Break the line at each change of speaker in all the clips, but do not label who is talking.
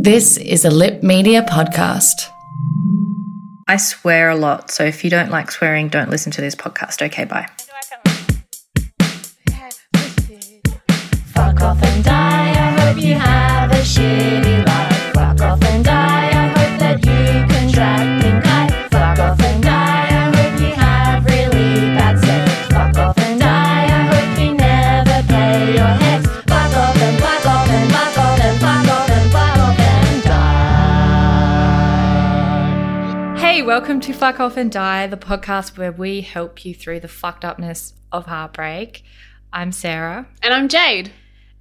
This is a Lip Media podcast.
I swear a lot, so if you don't like swearing, don't listen to this podcast. Okay, bye.
Fuck off and die. I hope you have a shitty life. Fuck off and die. I hope that you contract pink eye. Fuck off and die. I hope you have really bad sex. Fuck off and die. I hope you never pay your hex. Fuck off and fuck off and fuck off and fuck off and fuck off and die.
Hey, welcome to Fuck Off and Die, the podcast where we help you through the fucked upness of heartbreak. I'm Sarah,
And I'm Jade.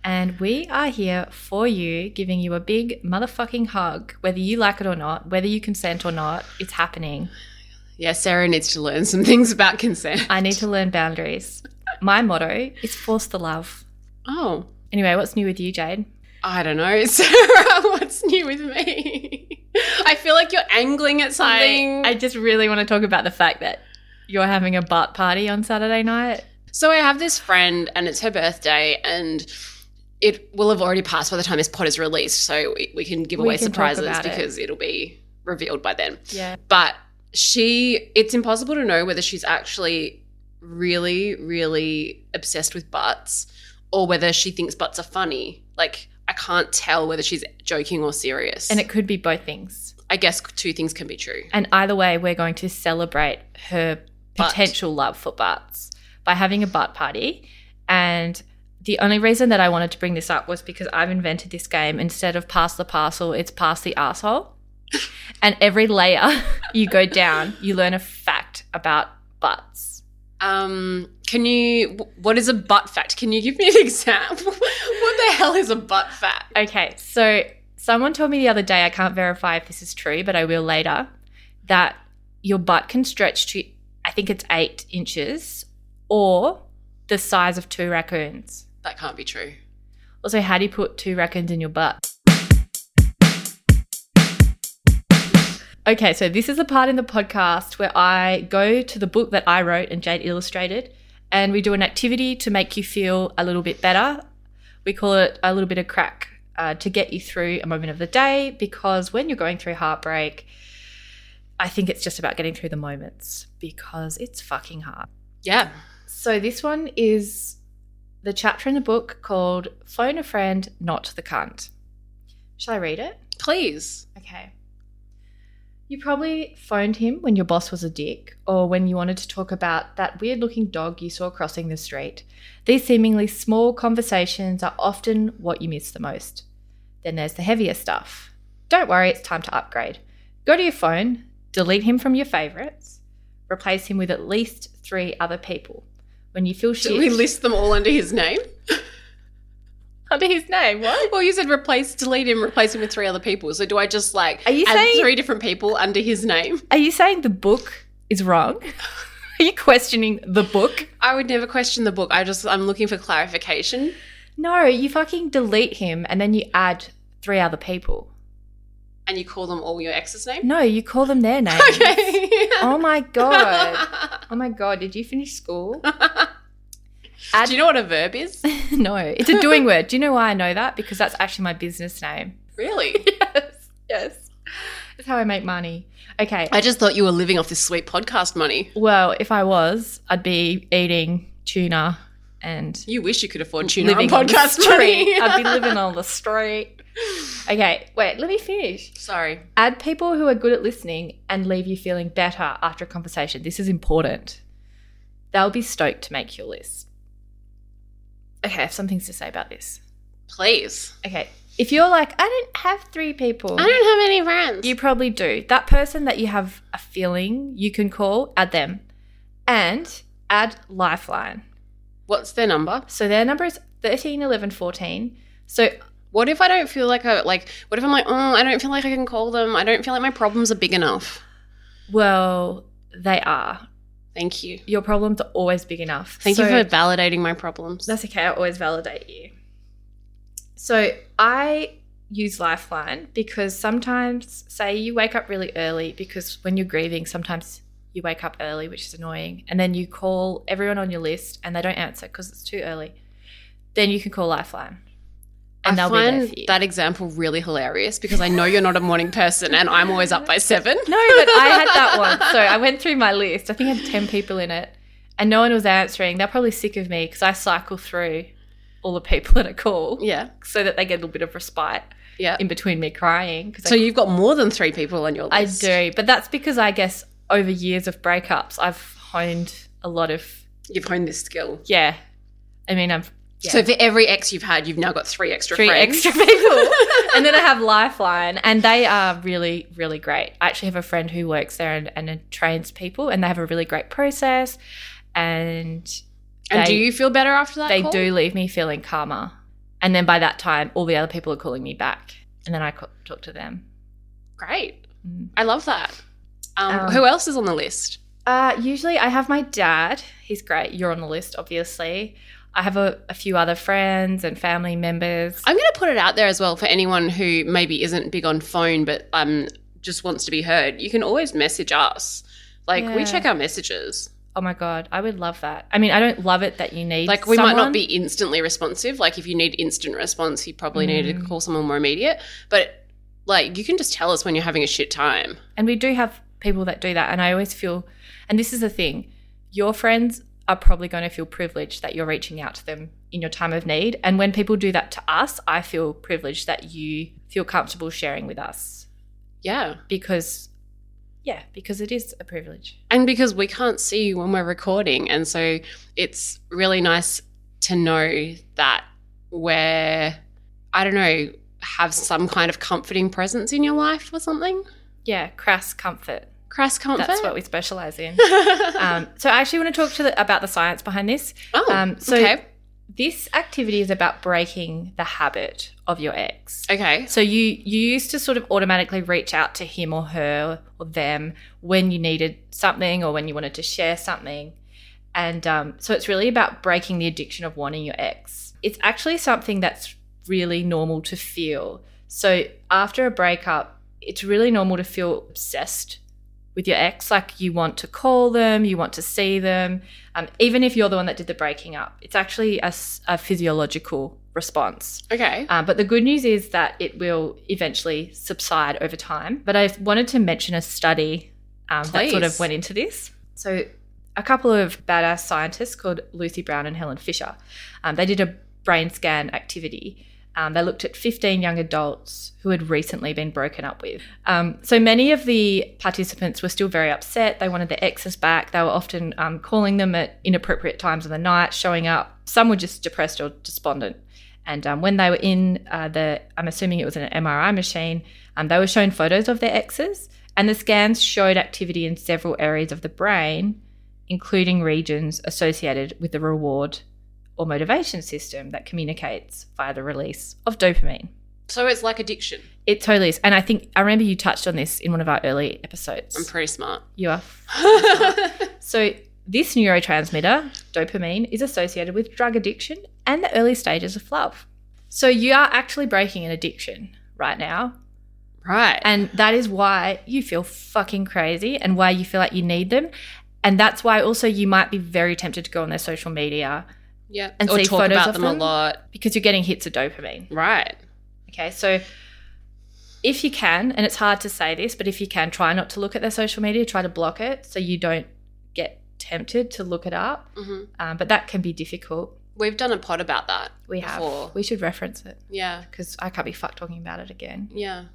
and we are here for you, giving you a big motherfucking hug, whether you like it or not, whether you consent or not, it's happening.
Yeah, Sarah needs to learn some things about consent.
I need to learn boundaries. My motto is force the love.
Oh,
Anyway, what's new with you, Jade?
I don't know, Sarah. What's new with me? I feel like you're angling at something.
I just really want to talk about the fact that you're having a butt party on Saturday night.
so I have this friend, and it's her birthday, and it will have already passed by the time this pod is released, so we, we can give
We
away
can talk
surprises
about it.
because it'll be revealed by then.
Yeah.
but she it's impossible to know whether she's actually really really obsessed with butts or whether she thinks butts are funny like i can't tell whether she's joking or serious
And it could be both things.
i guess two things can be true
And either way, we're going to celebrate her
Butt.
potential love for butts by having a butt party. And the only reason that I wanted to bring this up was because I've invented this game. Instead of pass the parcel, it's pass the asshole. and every layer you go down, you learn a fact about butts.
um can you wh- what is a butt fact can you give me an example what the hell is a butt fact
Okay, so someone told me the other day, I can't verify if this is true, but I will later, that your butt can stretch to, I think it's eight inches or the size of two raccoons.
that can't be true
Also, how do you put two raccoons in your butt? Okay, so this is the part in the podcast where I go to the book that I wrote and Jade illustrated, and we do an activity to make you feel a little bit better. We call it a little bit of crack uh, to get you through a moment of the day because when you're going through heartbreak, I think it's just about getting through the moments because it's fucking hard.
yeah
So this one is the chapter in the book called Phone a Friend, Not the Cunt. Shall I read it?
please
Okay. You probably phoned him when your boss was a dick, or when you wanted to talk about that weird looking dog you saw crossing the street. These seemingly small conversations are often what you miss the most. Then there's the heavier stuff. Don't worry, it's time to upgrade. Go to your phone, delete him from your favorites, replace him with at least three other people. When you feel shit
should we list them all under his name
under his name, what?
Well, you said replace, delete him, replace him with three other people. So do I just like
Are you
add
saying-
three different people under his name?
Are you saying the book is wrong? Are you questioning the book?
I would never question the book. I just I'm looking for clarification.
No, you fucking delete him and then you add three other people.
And you call them all your ex's name?
No, you call them their name.
Okay.
Oh my god. Oh my god, did you finish school?
Do you know what a verb is?
no, it's a doing word. Do you know why I know that? Because that's actually my business name.
Really?
Yes. Yes. That's how I make money. Okay.
I just thought you were living off this sweet podcast money.
Well, if I was, I'd be eating tuna and
You wish you could afford tuna on
living on the
podcast
street.
money.
I'd be living on the street. Okay, wait, let me finish.
Sorry.
Add people who are good at listening and leave you feeling better after a conversation. This is important. They'll be stoked to make your list. Okay, I have some things to say about this.
Please.
Okay, if you're like, I don't have three people,
I don't have any friends.
you probably do. That person that you have a feeling you can call, add them, and add Lifeline.
What's their number?
So their number is 13, 11, 14. So
What if I don't feel like I like? What if I'm like, oh, I don't feel like I can call them. I don't feel like my problems are big enough.
Well, they are.
Thank you.
Your problems are always big enough.
Thank
So-
you for validating my problems.
That's okay. I always validate you. So I use Lifeline because sometimes, say, you wake up really early because when you're grieving, sometimes you wake up early, which is annoying. And then you call everyone on your list and they don't answer because it's too early. Then you can call Lifeline and
I
they'll be
find
there for you.
that example really hilarious because I know you're not a morning person, and I'm always up by seven.
No, but I had that one. So I went through my list. I think I had 10 people in it, and no one was answering. They're probably sick of me because I cycle through all the people that I call
Yeah,
so that they get a little bit of respite
yeah.
in between me crying. 'cause
So
I,
you've got more than three people on your
I
list.
do. But that's because I guess over years of breakups, I've honed a lot of,
You've honed this skill.
yeah. I mean, I've Yeah.
So for every ex you've had, you've now got three extra
three
friends.
extra people. and then I have Lifeline, and they are really, really great. I actually have a friend who works there and, and trains people, and they have a really great process. And
and
They-
do you feel better after that?
they
call?
do leave me feeling calmer. And then by that time, all the other people are calling me back, and then I co- talk to them.
Great.
Mm.
I love that. Um,
Um,
who else is on the list?
Uh, usually, I have my dad. He's great. You're on the list, obviously. I have a, a few other friends and family members.
I'm going to put it out there as well for anyone who maybe isn't big on phone but um just wants to be heard. You can always message us. Like we
Yeah.
check our messages.
oh my god, I would love that. I mean, I don't love it that you need
Like we might
someone.
not be instantly responsive. Like if you need instant response, you probably need to
Mm.
call someone more immediate. But like you can just tell us when you're having a shit time.
And we do have people that do that. And I always feel, and this is the thing, your friends are probably going to feel privileged that you're reaching out to them in your time of need. And when people do that to us, I feel privileged that you feel comfortable sharing with us
Yeah.
because, yeah, because it is a privilege.
And because we can't see you when we're recording. And so it's really nice to know that we're, I don't know, have some kind of comforting presence in your life or something.
Yeah, crass comfort.
Crass comfort.
That's what we specialize in.
um,
Um, so I actually want to talk to the, about the science behind this.
oh,
um, so-
okay.
This activity is about breaking the habit of your ex.
Okay.
So you you used to sort of automatically reach out to him or her or them when you needed something or when you wanted to share something, and um, so it's really about breaking the addiction of wanting your ex. It's actually something that's really normal to feel. So after a breakup, it's really normal to feel obsessed with your ex. Like you want to call them, you want to see them, um, even if you're the one that did the breaking up. It's actually a s a a physiological response.
Okay.
Um, but the good news is that it will eventually subside over time. But I wanted to mention a study um, that sort
Please.
of went into this. So, a couple of badass scientists called Lucy Brown and Helen Fisher, um, they did a brain scan activity. Um, they looked at 15 young adults who had recently been broken up with. Um, so many of the participants were still very upset. They wanted their exes back. They were often um, calling them at inappropriate times of the night, showing up. Some were just depressed or despondent. And um, when they were in uh, the, I'm assuming it was an MRI machine, um, they were shown photos of their exes. And the scans showed activity in several areas of the brain, including regions associated with the reward or motivation system that communicates via the release of dopamine.
so it's like addiction.
It totally is. And I think I remember you touched on this in one of our early episodes.
I'm pretty smart.
you are. So, this neurotransmitter, dopamine, is associated with drug addiction and the early stages of love. So, you are actually breaking an addiction right now.
right.
And that is why you feel fucking crazy and why you feel like you need them. And that's why also you might be very tempted to go on their social media
yeah.
and
or
see
talk
photos
about
of
them,
them.
a lot.
because you're getting hits of dopamine.
Right.
Okay, so if you can, and it's hard to say this, but if you can, try not to look at their social media, try to block it so you don't get tempted to look it up.
hmm
Um, but that can be difficult.
We've done a pod about that.
We have.
Before.
We should reference it
Yeah.
because I can't be fucked talking about it again.
Yeah.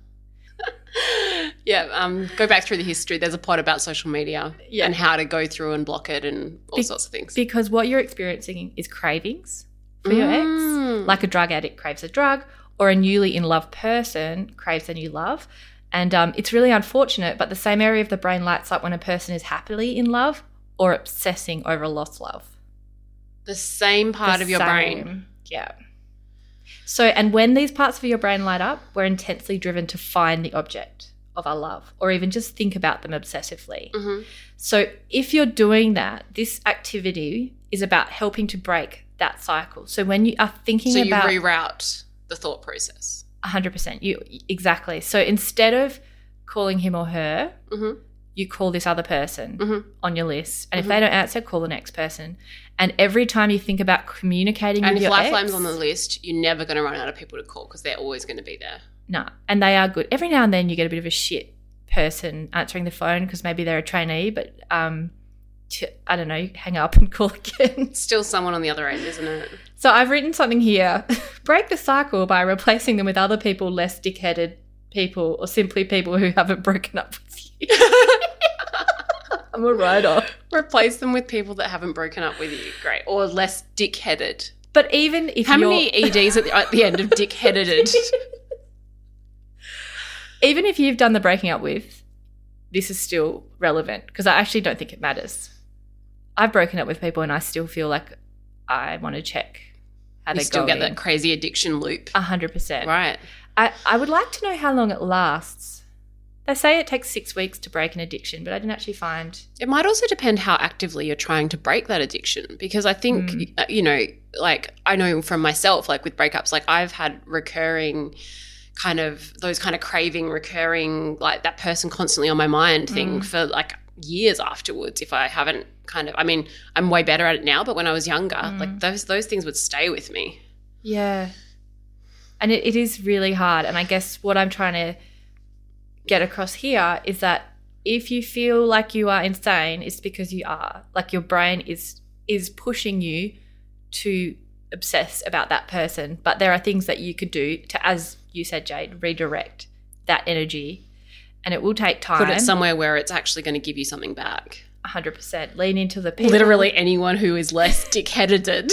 yeah. Um, go back through the history. There's a pod about social media
Yeah.
and how to go through and block it and all
Be-
sorts of things.
Because what you're experiencing is cravings for your ex,
Mm.
like a drug addict craves a drug, or a newly in love person craves a new love. And um, it's really unfortunate, but the same area of the brain lights up when a person is happily in love or obsessing over a lost love.
the same part
The
of your brain.
same. Yeah. So, and when these parts of your brain light up, we're intensely driven to find the object of our love or even just think about them obsessively.
Mhm.
So, if you're doing that, this activity is about helping to break that cycle. So, when you are thinking
So you
about
reroute the thought process.
100%, you exactly. So, instead of calling him or her,
hmm
you call this other person
hmm
on your list. And
Mhm.
if they don't answer, call the next person. And every time you think about communicating
And
with
if
your
Lifeline's
ex-
on the list, you're never going to run out of people to call because they're always going to be there.
No, and they are good. Every now and then you get a bit of a shit person answering the phone because maybe they're a trainee, but um, t- I don't know, you hang up and call again.
It's still someone on the other end, isn't it?
so I've written something here: break the cycle by replacing them with other people, less dickheaded people, or simply people who haven't broken up with you. I'm a writer.
Replace them with people that haven't broken up with you. Great. Or less dick-headed.
But even if
How
you're,
many EDs at the, at the end of dick-headed?
even if you've done the breaking up with, this is still relevant because I actually don't think it matters. I've broken up with people and I still feel like I want to check how
you
they
still get that crazy addiction loop.
hundred percent.
Right.
I, I would like to know how long it lasts. They say it takes six weeks to break an addiction, but I didn't actually find.
It might also depend how actively you're trying to break that addiction because I think,
Mm.
uh, you know, like I know from myself, like with breakups, like I've had recurring kind of those kind of craving, recurring, like that person constantly on my mind thing
Mm.
for like years afterwards if I haven't kind of, I mean, I'm way better at it now, but when I was younger,
Mm.
like those, those things would stay with me.
Yeah. And it, it is really hard. And I guess what I'm trying to get across here is that if you feel like you are insane, it's because you are. Like your brain is is pushing you to obsess about that person. But there are things that you could do to, as you said, Jade, redirect that energy. And it will take time.
Put it somewhere where it's actually going to give you something back.
100%. Lean into the people.
Literally anyone who is less dick-headed.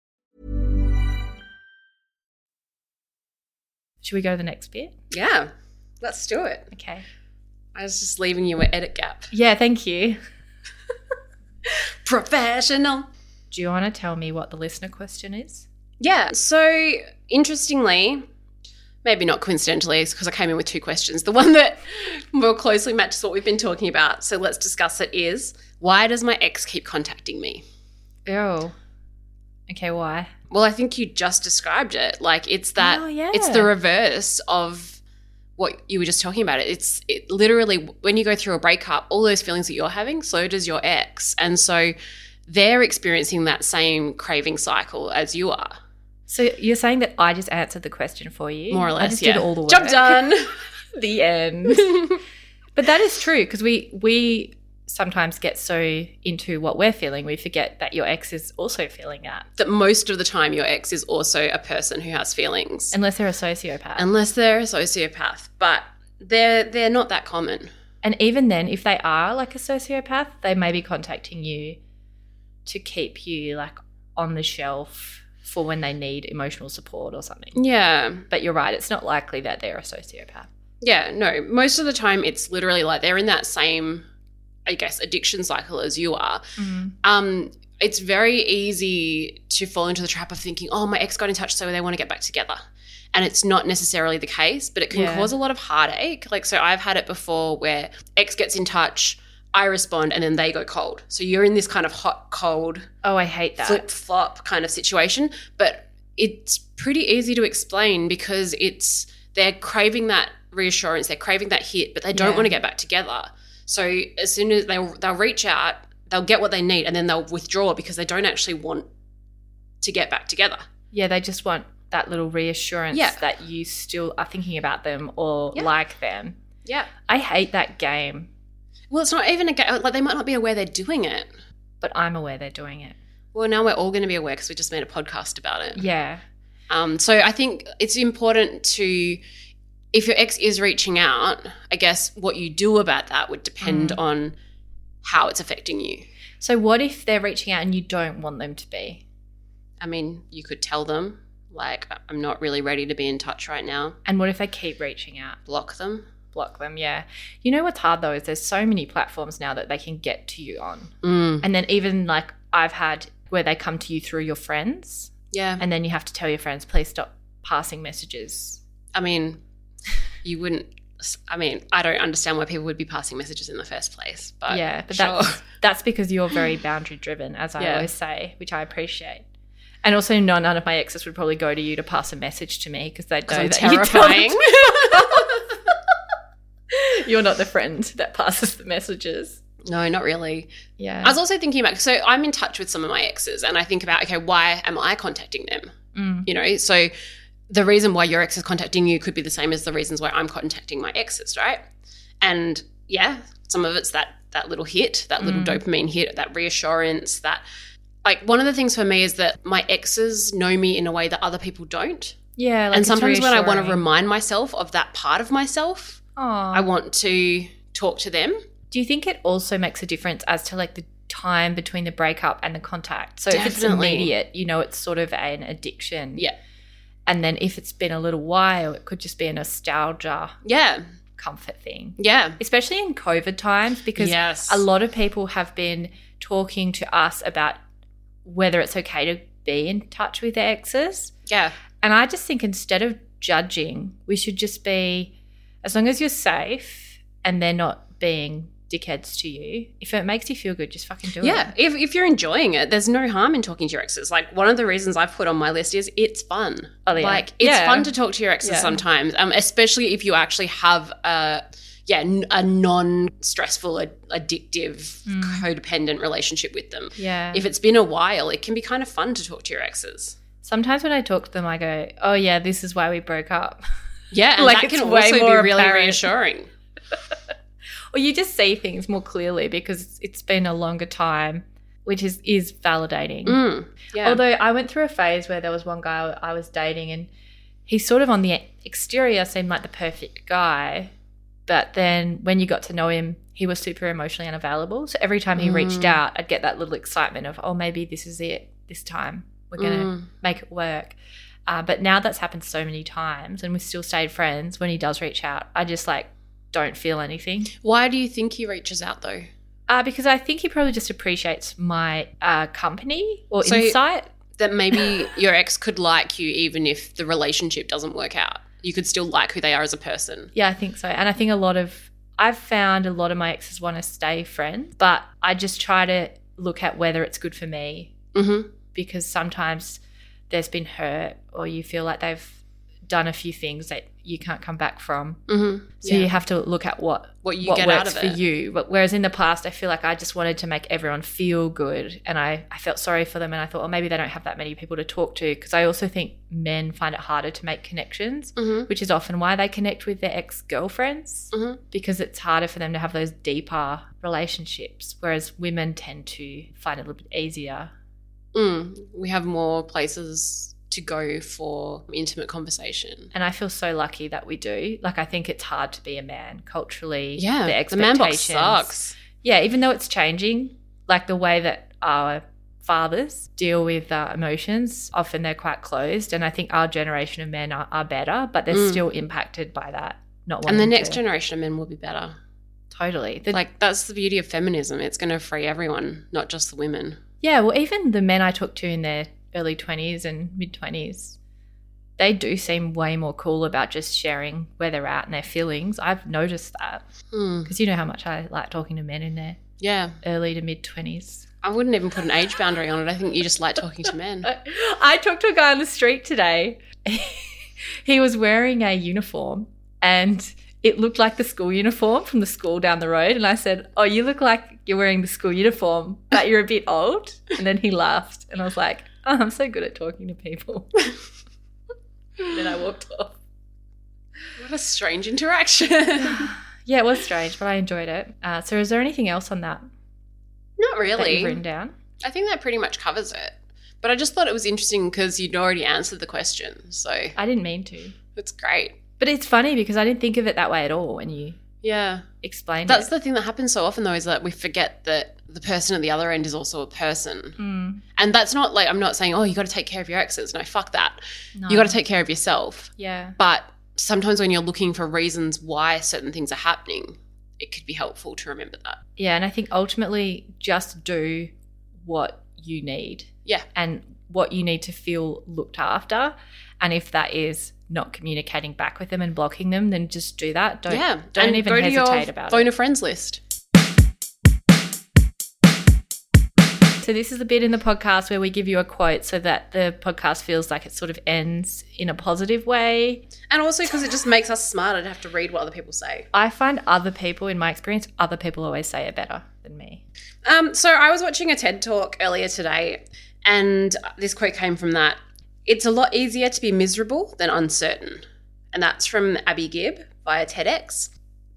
Should we go to the next bit?
yeah. Let's do it.
Okay.
I was just leaving you an edit gap.
Yeah, thank you.
Professional.
Do you want to tell me what the listener question is?
Yeah. So interestingly, maybe not coincidentally, because I came in with two questions. The one that more closely matches what we've been talking about. So let's discuss it is why does my ex keep contacting me?
Oh. Okay, why?
Well, I think you just described it. Like it's that
Oh, yeah.
it's the reverse of what you were just talking about. It's it literally when you go through a breakup, all those feelings that you're having, so does your ex. And so they're experiencing that same craving cycle as you are.
So you're saying that I just answered the question for you?
More or less,
I just
yeah.
did all the work.
Job done.
the end. but that is true because we we sometimes get so into what we're feeling, we forget that your ex is also feeling that,
that most of the time your ex is also a person who has feelings,
unless they're a sociopath. And,
unless they're a sociopath. But they're they're not that common.
even then, if they are like a sociopath, they may be contacting you to keep you like on the shelf for when they need emotional support or something.
Yeah,
But you're right; it's not likely that they're a sociopath.
Yeah, no. Most of the time, it's literally like they're in that same, I guess, addiction cycle as you are. Um, it's very easy to fall into the trap of thinking, oh, my ex got in touch, so they want to get back together. And it's not necessarily the case, but it can
Yeah.
cause a lot of heartache. Like, so I've had it before where ex gets in touch, I respond, and then they go cold. So you're in this kind of hot, cold
Oh, I hate that.
flip flop kind of situation. But it's pretty easy to explain because it's they're craving that reassurance, they're craving that hit, but they don't
Yeah.
want to get back together. So as soon as they they'll reach out, they'll get what they need, and then they'll withdraw because they don't actually want to get back together.
Yeah, they just want that little reassurance
Yeah.
that you still are thinking about them or
Yeah.
like them.
Yeah.
I hate that game,
Well, it's not even a ga- like they might not be aware they're doing it.
but I'm aware they're doing it.
Well, now we're all going to be aware because we just made a podcast about it.
Yeah.
Um, so I think it's important to, if your ex is reaching out, I guess what you do about that would depend
Mm.
on how it's affecting you.
So what if they're reaching out and you don't want them to be?
I mean, you could tell them, like, "I- I'm not really ready to be in touch right now,
And what if they keep reaching out?
block them.
Block them, yeah. You know what's hard though is there's so many platforms now that they can get to you on.
Mm.
And then even like I've had where they come to you through your friends
Yeah.
and then you have to tell your friends, please stop passing messages.
I mean, you wouldn't. I mean, I don't understand why people would be passing messages in the first place, but
yeah, but
sure.
that's that's because you're very boundary driven, as I
Yeah.
always say, which I appreciate. And also, no, none of my exes would probably go to you to pass a message to me because they
'Cause
know
I'm
that you tell them
terrifying.
to- you're not the friend that passes the messages.
no, not really.
Yeah,
I was also thinking about so I'm in touch with some of my exes, and I think about okay, why am I contacting them?
Mm.
You know, so the reason why your ex is contacting you could be the same as the reasons why I'm contacting my exes, right? And yeah, some of it's that that little hit, that little dopamine hit, that reassurance, that like one of the things for me is that my exes know me in a way that other people don't.
yeah. Like
and sometimes when I want to
remind,
remind myself of that part of myself, I
Oh.
want to talk to them.
do you think it also makes a difference as to like the time between the breakup and the contact? So if it's
Definitely.
immediate, you know, it's sort of an addiction.
Yeah.
and then if it's been a little while, it could just be a nostalgia
Yeah.
comfort thing.
Yeah.
especially in COVID times, because
Yes.
a lot of people have been talking to us about whether it's okay to be in touch with their exes.
Yeah.
And I just think instead of judging, we should just be, as long as you're safe and they're not being dickheads to you, if it makes you feel good, just fucking do
Yeah,
it.
if, if you're enjoying it, there's no harm in talking to your exes. Like one of the reasons I've put on my list is it's fun.
Oh, yeah.
Like it's
Yeah.
fun to talk to your exes
Yeah.
sometimes, um, especially if you actually have a yeah n- a non-stressful, ad- addictive, codependent relationship with them.
Yeah.
If it's been a while, it can be kind of fun to talk to your exes.
Sometimes when I talk to them, I go, oh, yeah, this is why we broke up.
Yeah, and
Like,
that
it's
can
way
also be
more
really
apparent.
reassuring.
or you just see things more clearly because it's been a longer time, which is, is validating.
Mm, yeah.
Although I went through a phase where there was one guy I was dating, and he sort of on the exterior seemed like the perfect guy, but then when you got to know him, he was super emotionally unavailable. So every time he
Mm.
reached out, I'd get that little excitement of, oh, maybe this is it this time. We're gonna
Mm.
make it work. Uh, but now that's happened so many times, and we've still stayed friends. When he does reach out, I just like don't feel anything.
why do you think he reaches out though?
Uh, because I think he probably just appreciates my uh, company or
So-
insight.
That maybe your ex could like you even if the relationship doesn't work out. You could still like who they are as a person.
Yeah, I think so. And I think a lot of I've found a lot of my exes want to stay friends, but I just try to look at whether it's good for me
Mm-hmm.
because sometimes there's been hurt or you feel like they've done a few things that you can't come back from.
Mm-hmm.
So you have to look at what
What you
what
get out
works
of
for
it.
you. But whereas in the past, I feel like I just wanted to make everyone feel good, and I I felt sorry for them, and I thought, oh, maybe they don't have that many people to talk to because I also think men find it harder to make connections,
Mhm.
which is often why they connect with their ex girlfriends
Mhm.
because it's harder for them to have those deeper relationships. Whereas women tend to find it a little bit easier.
Mm. We have more places to go for intimate conversation.
And I feel so lucky that we do. Like I think it's hard to be a man culturally.
Yeah,
the,
the, man box
expectations-
sucks.
yeah, even though it's changing, like the way that our fathers deal with uh, emotions, often they're quite closed. And I think our generation of men are, are better, but they're
Mm.
still impacted by that not wanting
And the next
to.
generation of men will be better.
Totally. The-
like that's the beauty of feminism. It's going to free everyone, not just the women.
yeah, well, even the men I talked to in their early 20s and mid 20s, they do seem way more cool about just sharing where they're at and their feelings. I've noticed that
Hmm.
because you know how much I like talking to men in their
Yeah,
early to mid 20s.
I wouldn't even put an age boundary on it. I think you just like talking to men.
I talked to a guy on the street today. he was wearing a uniform and it looked like the school uniform from the school down the road. And I said, Oh, you look like you're wearing the school uniform, but you're a bit old. And then he laughed. And I was like, Oh, I'm so good at talking to people. then I walked off.
What a strange interaction.
Yeah, it was strange, but I enjoyed it. Uh, so, is there anything else on that
Not
that
really.
you've written down?
I think that pretty much covers it. But I just thought it was interesting because you'd already answered the question. So
I didn't mean to,
it's great.
but it's funny because I didn't think of it that way at all when you
Yeah.
explained
That's
it.
the thing that happens so often, though, is that we forget that the person at the other end is also a person.
Mm,
And that's not like, I'm not saying, oh, you got to take care of your exes. No, fuck that.
no.
You got to take care of yourself.
Yeah.
But sometimes when you're looking for reasons why certain things are happening, it could be helpful to remember that.
Yeah, and I think ultimately just do what you need
Yeah.
and what you need to feel looked after. And if that is not communicating back with them and blocking them, then just do that. Don't
yeah.
don't
And
even
go to your
hesitate about
phone
it.
a friends list.
so this is the bit in the podcast where we give you a quote so that the podcast feels like it sort of ends in a positive way.
And also because it just makes us smarter to have to read what other people say.
I find other people in my experience, other people always say it better than me.
Um, so I was watching a TED talk earlier today, and this quote came from that. It's a lot easier to be miserable than uncertain. And that's from Abby Gibb via TEDx.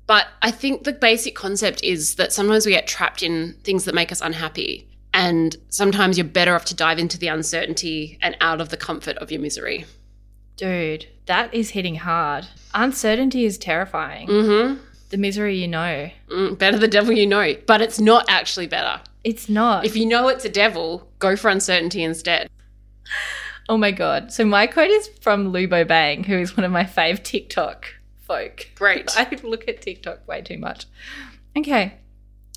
But I think the basic concept is that sometimes we get trapped in things that make us unhappy. And sometimes you're better off to dive into the uncertainty and out of the comfort of your misery.
Dude, that is hitting hard. Uncertainty is terrifying.
Mm
The misery you know.
hmm. Mm, better the devil you know, but it's not actually better.
It's not.
If you know it's a devil, go for uncertainty instead.
Oh my god. So my quote is from Lubo Bang, who is one of my fave TikTok folk.
Great.
I look at TikTok way too much. Okay.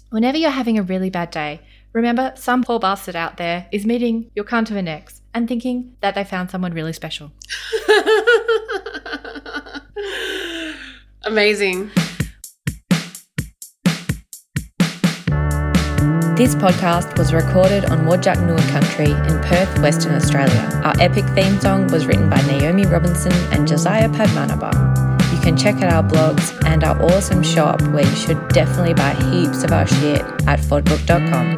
Whenever you're having a really bad day, remember some poor bastard out there is meeting your cunt of an ex and thinking that they found someone really special.
Amazing.
This podcast was recorded on Wajak Noor country in Perth, Western Australia. Our epic theme song was written by Naomi Robinson and Josiah Padmanabha. You can check out our blogs and our awesome shop where you should definitely buy heaps of our shit at fodbook.com.